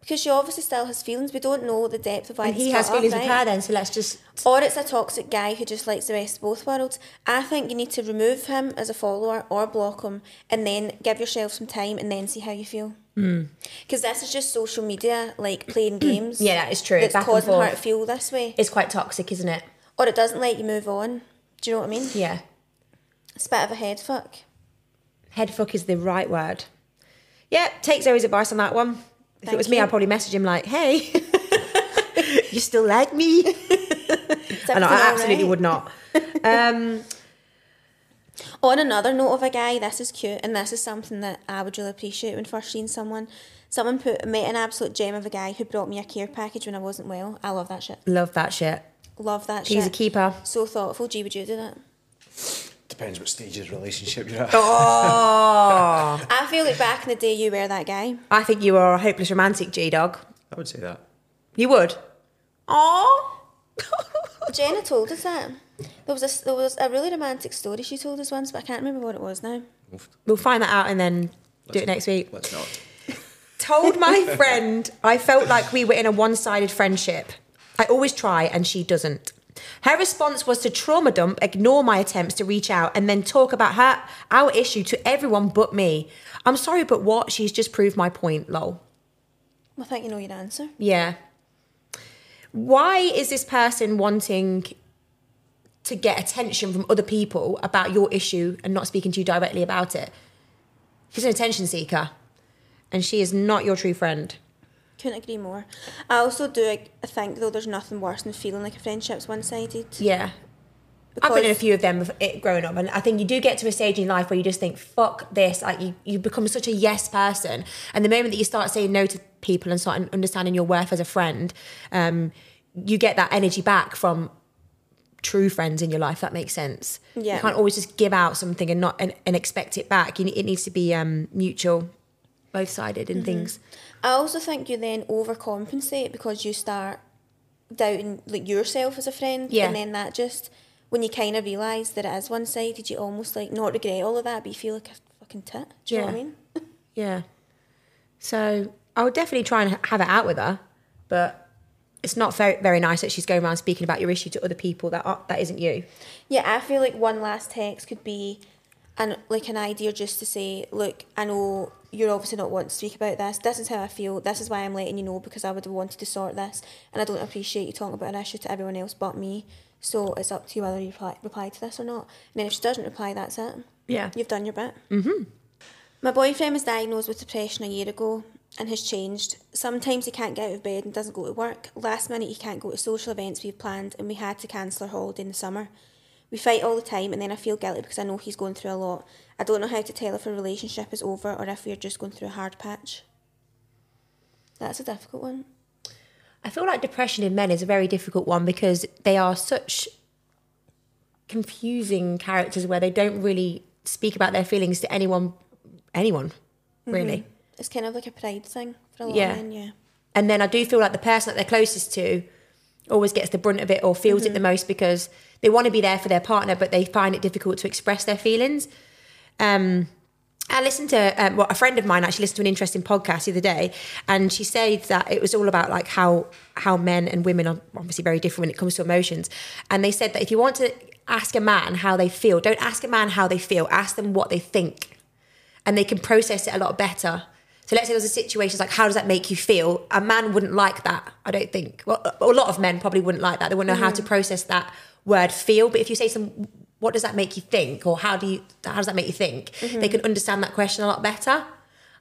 Speaker 2: Because she obviously still has feelings. We don't know the depth of why
Speaker 3: And
Speaker 2: they
Speaker 3: he
Speaker 2: split
Speaker 3: has feelings
Speaker 2: up,
Speaker 3: with
Speaker 2: right?
Speaker 3: her then, so let's just.
Speaker 2: Or it's a toxic guy who just likes the best of both worlds. I think you need to remove him as a follower or block him and then give yourself some time and then see how you feel.
Speaker 3: Mm.
Speaker 2: Because this is just social media, like playing games.
Speaker 3: Yeah, that is true.
Speaker 2: That's
Speaker 3: Back and
Speaker 2: causing her
Speaker 3: forth.
Speaker 2: to feel this way.
Speaker 3: It's quite toxic, isn't it?
Speaker 2: Or it doesn't let you move on. Do you know what I mean?
Speaker 3: Yeah.
Speaker 2: It's a bit of a head fuck.
Speaker 3: Headfuck is the right word. Yeah, take Zoe's advice on that one. If it
Speaker 2: Thank
Speaker 3: was me,
Speaker 2: you.
Speaker 3: I'd probably message him like, hey. you still like me? I know,
Speaker 2: everything
Speaker 3: I
Speaker 2: all
Speaker 3: absolutely
Speaker 2: right?
Speaker 3: would not. Um,
Speaker 2: On another note of a guy, this is cute, and this is something that I would really appreciate when first seeing someone. Someone put met an absolute gem of a guy who brought me a care package when I wasn't well. I love that shit.
Speaker 3: love that shit.
Speaker 2: Love that shit.
Speaker 3: He's a keeper.
Speaker 2: So thoughtful. Gee, would you do that?
Speaker 4: Depends what stage of the relationship you're at.
Speaker 3: Oh,
Speaker 2: I feel like back in the day you were that guy.
Speaker 3: I think you are a hopeless romantic, G Dog.
Speaker 6: I would say that.
Speaker 3: You would. Oh.
Speaker 2: Jenna told us that. There was a, there was a really romantic story she told us once, but I can't remember what it was now.
Speaker 3: We'll find that out and then do it next week.
Speaker 6: Let's not.
Speaker 3: Told my friend I felt like we were in a one sided friendship. I always try and she doesn't. Her response was to trauma dump, ignore my attempts to reach out, and then talk about her our issue to everyone but me. I'm sorry, but what? She's just proved my point, lol.
Speaker 2: I think you know your answer.
Speaker 3: Yeah. Why is this person wanting to get attention from other people about your issue and not speaking to you directly about it? She's an attention seeker, and she is not your true friend.
Speaker 2: Couldn't agree more. I also do ag- think though there's nothing worse than feeling like a friendship's one sided.
Speaker 3: Yeah. I've been in a few of them bef- it- growing up, and I think you do get to a stage in life where you just think, "Fuck this!" Like you, you become such a yes person, and the moment that you start saying no to people and start understanding your worth as a friend, um, you get that energy back from true friends in your life. That makes sense.
Speaker 2: Yeah.
Speaker 3: you can't always just give out something and not and, and expect it back. You, ne- it needs to be um, mutual, both sided, and things.
Speaker 2: I also think you then overcompensate because you start doubting like yourself as a friend,
Speaker 3: Yeah.
Speaker 2: and then that just when you kind of realise that it is one sided, you almost like not regret all of that, but you feel like a fucking tit. Do you know what I
Speaker 3: Yeah.
Speaker 2: mean?
Speaker 3: Yeah. So I would definitely try and have it out with her, but it's not very, very nice that she's going around speaking about your issue to other people that are, that isn't you.
Speaker 2: Yeah, I feel like one last text could be an like an idea just to say, look, I know you're obviously not wanting to speak about this. This is how I feel. This is why I'm letting you know because I would have wanted to sort this, and I don't appreciate you talking about an issue to everyone else but me. So it's up to you whether you reply, reply to this or not. And then if she doesn't reply, that's it.
Speaker 3: Yeah.
Speaker 2: You've done your bit. Mm-hmm. My boyfriend was diagnosed with depression a year ago and has changed. Sometimes he can't get out of bed and doesn't go to work. Last minute, he can't go to social events we've planned, and we had to cancel our holiday in the summer. We fight all the time, and then I feel guilty because I know he's going through a lot. I don't know how to tell if our relationship is over or if we're just going through a hard patch. That's a difficult one.
Speaker 3: I feel like depression in men is a very difficult one because they are such confusing characters where they don't really speak about their feelings to anyone, anyone, really.
Speaker 2: It's kind of like a pride thing for a lot
Speaker 3: Yeah.
Speaker 2: of men, yeah.
Speaker 3: And then I do feel like the person that they're closest to always gets the brunt of it or feels it the most because they want to be there for their partner, but they find it difficult to express their feelings. Um, I listened to um, well, a friend of mine actually listened to an interesting podcast the other day, and she said that it was all about like how how men and women are obviously very different when it comes to emotions, and they said that if you want to ask a man how they feel, don't ask a man how they feel, ask them what they think and they can process it a lot better. So let's say there's a situation it's like, how does that make you feel? A man wouldn't like that, I don't think. Well, a a lot of men probably wouldn't like that. They wouldn't know how to process that word feel. But if you say some, what does that make you think, or how do you, how does that make you think? They can understand that question a lot better.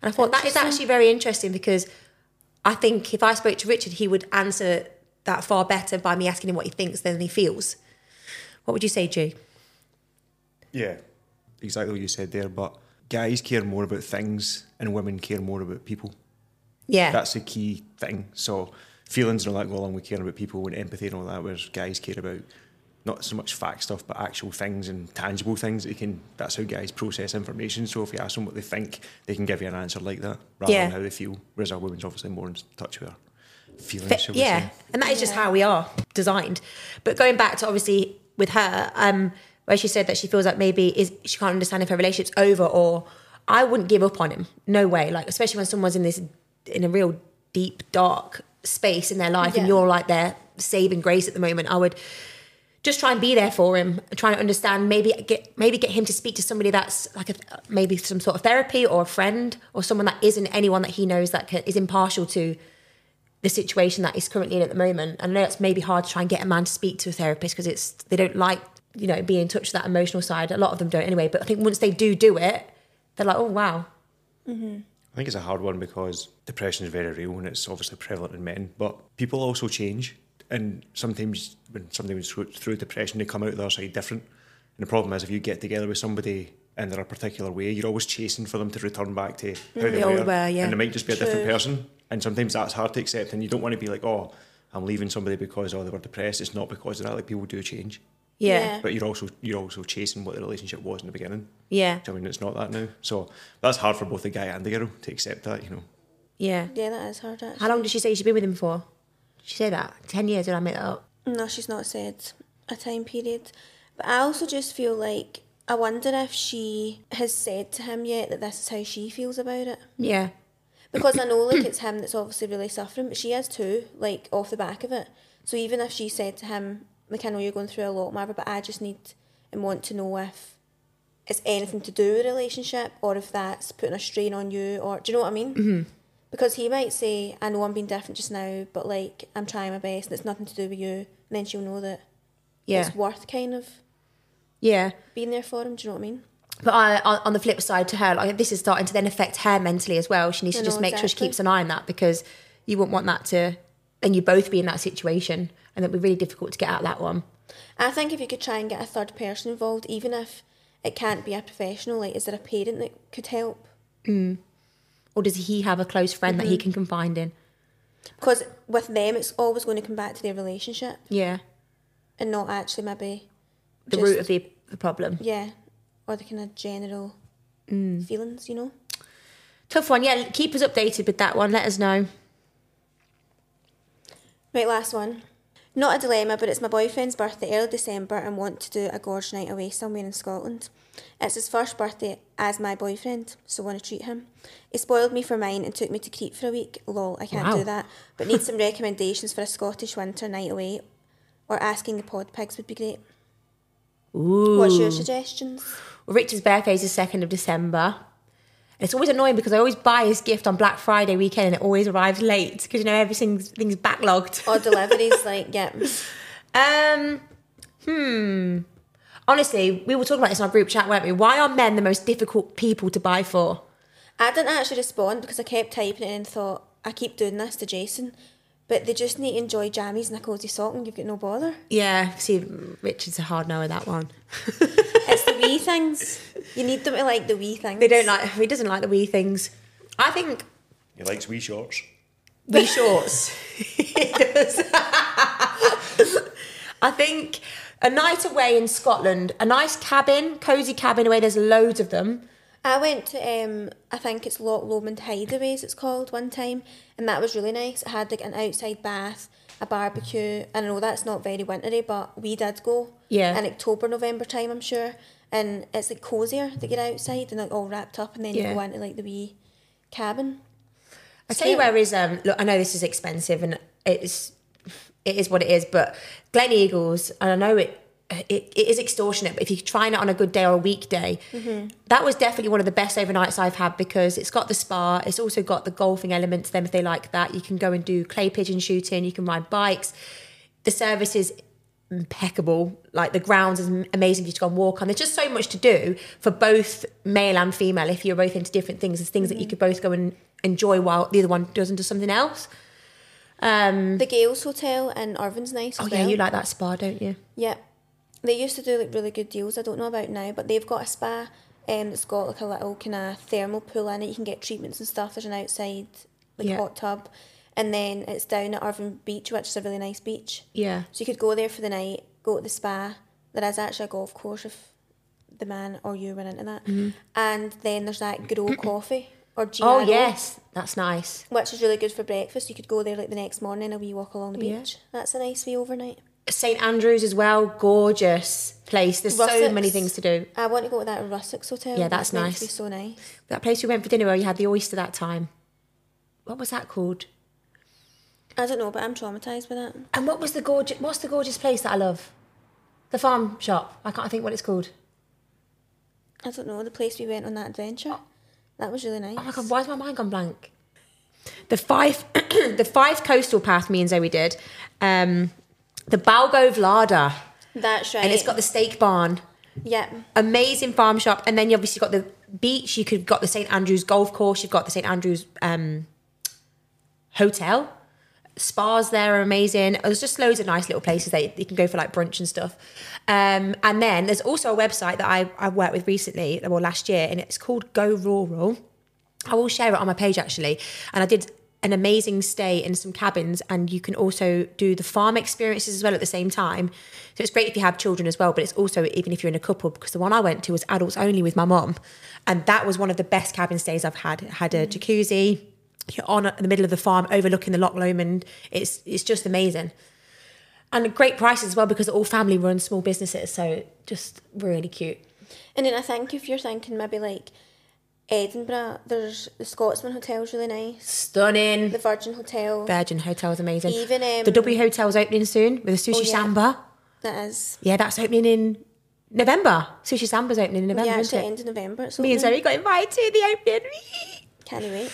Speaker 3: And I thought that is actually very interesting because I think if I spoke to Richard, he would answer that far better by me asking him what he thinks than he feels. What would you say, G?
Speaker 4: Yeah, exactly what you said there. But guys care more about things, and women care more about people.
Speaker 3: Yeah,
Speaker 4: That's the key thing. So feelings and all that go along with caring about people and empathy and all that, whereas guys care about not so much fact stuff, but actual things and tangible things that you can. That's how guys process information. So if you ask them what they think, they can give you an answer like that, rather
Speaker 3: Yeah.
Speaker 4: than how they feel. Whereas our women's obviously more in touch with her feelings.
Speaker 3: Fe-
Speaker 4: shall we
Speaker 3: yeah,
Speaker 4: say.
Speaker 3: and that is just how we are designed. But going back to obviously with her, um, where she said that she feels like maybe is she can't understand if her relationship's over or I wouldn't give up on him. No way. Like especially when someone's in this in a real deep dark space in their life and
Speaker 2: Yeah.
Speaker 3: you're like their saving grace at the moment. I would just try and be there for him, trying to understand. Maybe get maybe get him to speak to somebody that's like a, maybe some sort of therapy or a friend or someone that isn't anyone that he knows that can, is impartial to the situation that he's currently in at the moment. I know it's maybe hard to try and get a man to speak to a therapist because it's they don't like you know being in touch with that emotional side. A lot of them don't anyway. But I think once they do do it, they're like, oh wow,
Speaker 4: I think it's a hard one because depression is very real and it's obviously prevalent in men, but people also change. And sometimes when somebody was through, through depression, they come out the other side different. And the problem is, if you get together with somebody in their particular way, you're always chasing for them to return back to how they,
Speaker 3: Mm, They all
Speaker 4: were.
Speaker 3: were, yeah.
Speaker 4: And they might just be a different person. And sometimes that's hard to accept. And you don't want to be like, oh, I'm leaving somebody because oh they were depressed. It's not because of that. Like people do change,
Speaker 3: Yeah.
Speaker 4: but you're also you're also chasing what the relationship was in the beginning.
Speaker 3: Yeah.
Speaker 4: I mean, it's not that now. So that's hard for both the guy and the girl to accept that, you know.
Speaker 3: Yeah.
Speaker 2: Yeah, that is hard actually.
Speaker 3: How long did she say she'd been with him for? Did she say that? 10 years, did I make that up?
Speaker 2: No, she's not said a time period. But I also just feel like I wonder if she has said to him yet that this is how she feels about it.
Speaker 3: Yeah.
Speaker 2: Because I know like it's him that's obviously really suffering, but she is too, like off the back of it. So even if she said to him, like I know you're going through a lot, Margaret, but I just need and want to know if it's anything to do with a relationship or if that's putting a strain on you or do you know what I mean? Mm-hmm. Because he might say, I know I'm being different just now, but like I'm trying my best and it's nothing to do with you and then she'll know that
Speaker 3: Yeah.
Speaker 2: it's worth kind of
Speaker 3: Yeah.
Speaker 2: being there for him, do you know what I mean?
Speaker 3: But I, on, on the flip side to her, like this is starting to then affect her mentally as well. She needs
Speaker 2: I
Speaker 3: to just
Speaker 2: know,
Speaker 3: make sure she
Speaker 2: exactly.
Speaker 3: keeps an eye on that because you wouldn't want that to, and you both be in that situation, and it'd be really difficult to get out of that one.
Speaker 2: I think if you could try and get a third person involved, even if it can't be a professional, like is there a parent that could help?
Speaker 3: Or does he have a close friend that he can confide in?
Speaker 2: Because with them, it's always going to come back to their relationship
Speaker 3: Yeah,
Speaker 2: and not actually maybe
Speaker 3: the
Speaker 2: Just-
Speaker 3: root of the, the problem.
Speaker 2: yeah, or the kind of general
Speaker 3: Mm.
Speaker 2: feelings, you know.
Speaker 3: Tough one. Yeah, keep us updated with that one. Let us know.
Speaker 2: Right, last one. Not a dilemma, but it's my boyfriend's birthday early December and want to do a gorge night away somewhere in Scotland. It's his first birthday as my boyfriend, so want to treat him. He spoiled me for mine and took me to Crete for a week. Lol, I can't
Speaker 3: Wow.
Speaker 2: do that. But need some recommendations for a Scottish winter night away or asking the pod pigs would be great.
Speaker 3: Ooh.
Speaker 2: What's your suggestions?
Speaker 3: Well, Richard's birthday is the second of December. And it's always annoying because I always buy his gift on Black Friday weekend and it always arrives late because you know everything's things backlogged.
Speaker 2: Or deliveries, like, yeah.
Speaker 3: Um, hmm. Honestly, we were talking about this in our group chat, weren't we? Why are men the most difficult people to buy for?
Speaker 2: I didn't actually respond because I kept typing it and thought, I keep doing this to Jason, but they just need to enjoy jammies and a cosy sock and you've got no bother.
Speaker 3: Yeah, see, Richard's a hard no at that one.
Speaker 2: It's the wee things. You need them to like the wee things.
Speaker 3: They don't like. He doesn't like the wee things. I think
Speaker 4: He likes wee shorts.
Speaker 3: wee shorts. He does. I think a night away in Scotland, a nice cabin, cozy cabin away. There's loads of them.
Speaker 2: I went to um, I think it's Loch Lomond Hideaways. It's called one time, and that was really nice. It had like an outside bath, a barbecue. I know that's not very wintry, but we did go.
Speaker 3: Yeah.
Speaker 2: In October, November time, I'm sure, and it's like cozier to get outside and like all wrapped up, and then
Speaker 3: Yeah.
Speaker 2: you go into like the wee cabin.
Speaker 3: I tell you where is um look I know this is expensive and it's it is what it is but Glen Eagles and I know it it, it is extortionate but if you're trying it on a good day or a weekday that was definitely one of the best overnights I've had because it's got the spa it's also got the golfing element to them if they like that you can go and do clay pigeon shooting you can ride bikes the service is impeccable like the grounds is amazing for you to go and walk on there's just so much to do for both male and female if you're both into different things there's things that you could both go and enjoy while the other one does and does something else um
Speaker 2: The Gales Hotel in Irvin's nice.
Speaker 3: oh
Speaker 2: as
Speaker 3: yeah
Speaker 2: well.
Speaker 3: you like that spa don't you
Speaker 2: Yeah. They used to do like really good deals. I don't know about now, but they've got a spa um, that's got like a little kind of thermal pool in it. You can get treatments and stuff. There's an outside like
Speaker 3: Yeah.
Speaker 2: hot tub, and then it's down at Irvine Beach, which is a really nice beach.
Speaker 3: yeah
Speaker 2: So you could go there for the night, go to the spa. There is actually a golf course if the man or you went into that, and then there's that Grow Coffee or GRO,
Speaker 3: Mm-hmm. oh yes that's nice
Speaker 2: which is really good for breakfast. You could go there like the next morning, a wee walk along the
Speaker 3: Yeah.
Speaker 2: beach. That's a nice wee overnight.
Speaker 3: st andrews as well gorgeous place there's so
Speaker 2: Russocks.
Speaker 3: many things to do
Speaker 2: I want to go to that Russocks hotel.
Speaker 3: Yeah, that's
Speaker 2: It's meant to
Speaker 3: nice.
Speaker 2: be so nice.
Speaker 3: that place we went for dinner where you had the oyster that time what was that called
Speaker 2: I don't know, but I'm traumatized by that.
Speaker 3: and what was the gorgeous what's the gorgeous place that i love the farm shop i can't think what it's called
Speaker 2: I don't know the place we went on that adventure. That was really nice.
Speaker 3: Oh my god, why's my mind gone blank? The five, the five coastal path. Me and Zoe did. Um, the Balgove Vlada,
Speaker 2: That's right.
Speaker 3: and it's got the steak barn,
Speaker 2: yeah,
Speaker 3: amazing farm shop, and then you obviously got the beach. You could got the St Andrews Golf Course. You've got the St Andrews um, Hotel. Spas there are amazing. There's just loads of nice little places that you can go for like brunch and stuff. Um, and then there's also a website that I, I worked with recently, well, last year, and it's called Go Rural. I will share it on my page actually. And I did an amazing stay in some cabins, and you can also do the farm experiences as well at the same time. So it's great if you have children as well, but it's also even if you're in a couple, because the one I went to was adults only with my mom. And that was one of the best cabin stays I've had. It had a jacuzzi, you're on at the middle of the farm, overlooking the Loch Lomond. It's it's just amazing. And great prices as well because they're all family run small businesses. So just really cute.
Speaker 2: And then I think if you're thinking maybe like Edinburgh, there's the Scotsman Hotel's really nice,
Speaker 3: Stunning.
Speaker 2: the Virgin Hotel.
Speaker 3: Virgin Hotel's amazing.
Speaker 2: Even, um,
Speaker 3: the W Hotel's opening soon with a sushi
Speaker 2: Oh, yeah.
Speaker 3: samba.
Speaker 2: That is.
Speaker 3: Yeah, that's opening in November. Sushi samba's opening in November,
Speaker 2: Yeah, it's the
Speaker 3: isn't it?
Speaker 2: end of November. It's
Speaker 3: Me and
Speaker 2: opening.
Speaker 3: Zoe got invited to the opening.
Speaker 2: Can't wait.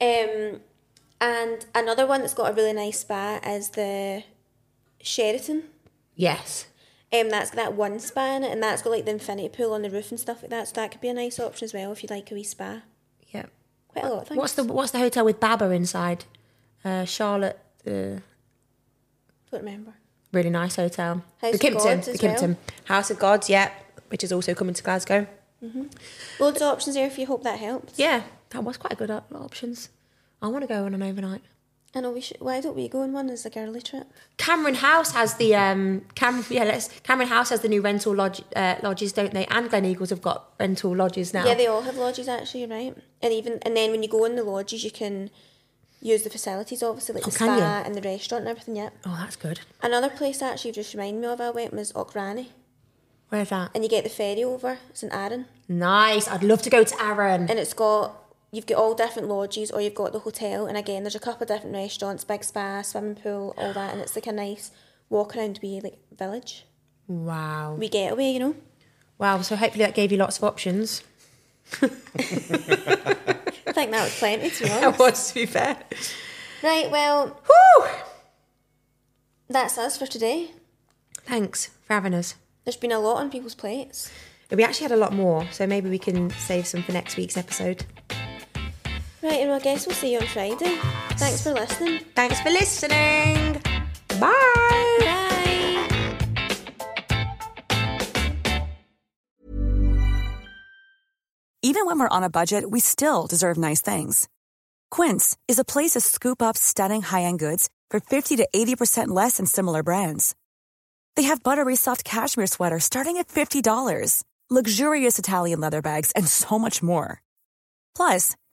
Speaker 2: Um, and another one that's got a really nice spa is the Sheraton.
Speaker 3: yes.
Speaker 2: Um, that's got that one spa in it, and that's got like the infinity pool on the roof and stuff like that. So that could be a nice option as well if you like a wee spa.
Speaker 3: Yeah.
Speaker 2: Quite a lot of things.
Speaker 3: What's the What's the hotel with Baba inside? Uh, Charlotte, uh,
Speaker 2: Don't remember.
Speaker 3: really nice hotel.
Speaker 2: House
Speaker 3: the
Speaker 2: of
Speaker 3: Kimpton,
Speaker 2: Gods
Speaker 3: the
Speaker 2: as
Speaker 3: Kimpton House of Gods. Yeah, which is also coming to Glasgow.
Speaker 2: Loads of options there if you hope that helped.
Speaker 3: Yeah, that was quite a good op- options. I want to go on an overnight.
Speaker 2: I know we should. Why don't we go on one as a girly trip?
Speaker 3: Cameron House has the um Cam yeah let's Cameron House has the new rental lodge uh, lodges don't they and Glen Eagles have got rental lodges now
Speaker 2: Yeah, they all have lodges actually, you're right? And even and then when you go in the lodges, you can use the facilities obviously like
Speaker 3: Oh,
Speaker 2: the
Speaker 3: can
Speaker 2: spa
Speaker 3: you?
Speaker 2: and the restaurant and everything. Yep.
Speaker 3: oh that's good
Speaker 2: Another place actually just reminded me of I went was Okrani,
Speaker 3: where's that
Speaker 2: and you get the ferry over. It's in Arran,
Speaker 3: nice I'd love to go to Arran
Speaker 2: and it's got you've got all different lodges, or you've got the hotel, and again there's a couple of different restaurants, big spa, swimming pool, all that, and it's like a nice walk around wee like village,
Speaker 3: wow
Speaker 2: wee getaway, you know.
Speaker 3: wow so hopefully that gave you lots of options
Speaker 2: I think that was plenty to be
Speaker 3: that
Speaker 2: honest.
Speaker 3: was to be fair
Speaker 2: Right, well
Speaker 3: Whew.
Speaker 2: that's us for today.
Speaker 3: thanks for having us
Speaker 2: There's been a lot on people's plates.
Speaker 3: we actually had a lot more so maybe we can save some for next week's episode
Speaker 2: Right, and I guess we'll see you on Friday. Thanks for listening.
Speaker 3: thanks for listening bye bye
Speaker 7: Even when we're on a budget, we still deserve nice things. Quince is a place to scoop up stunning high-end goods for 50 to 80% less than similar brands. They have buttery soft cashmere sweaters starting at $50, luxurious Italian leather bags, and so much more. Plus,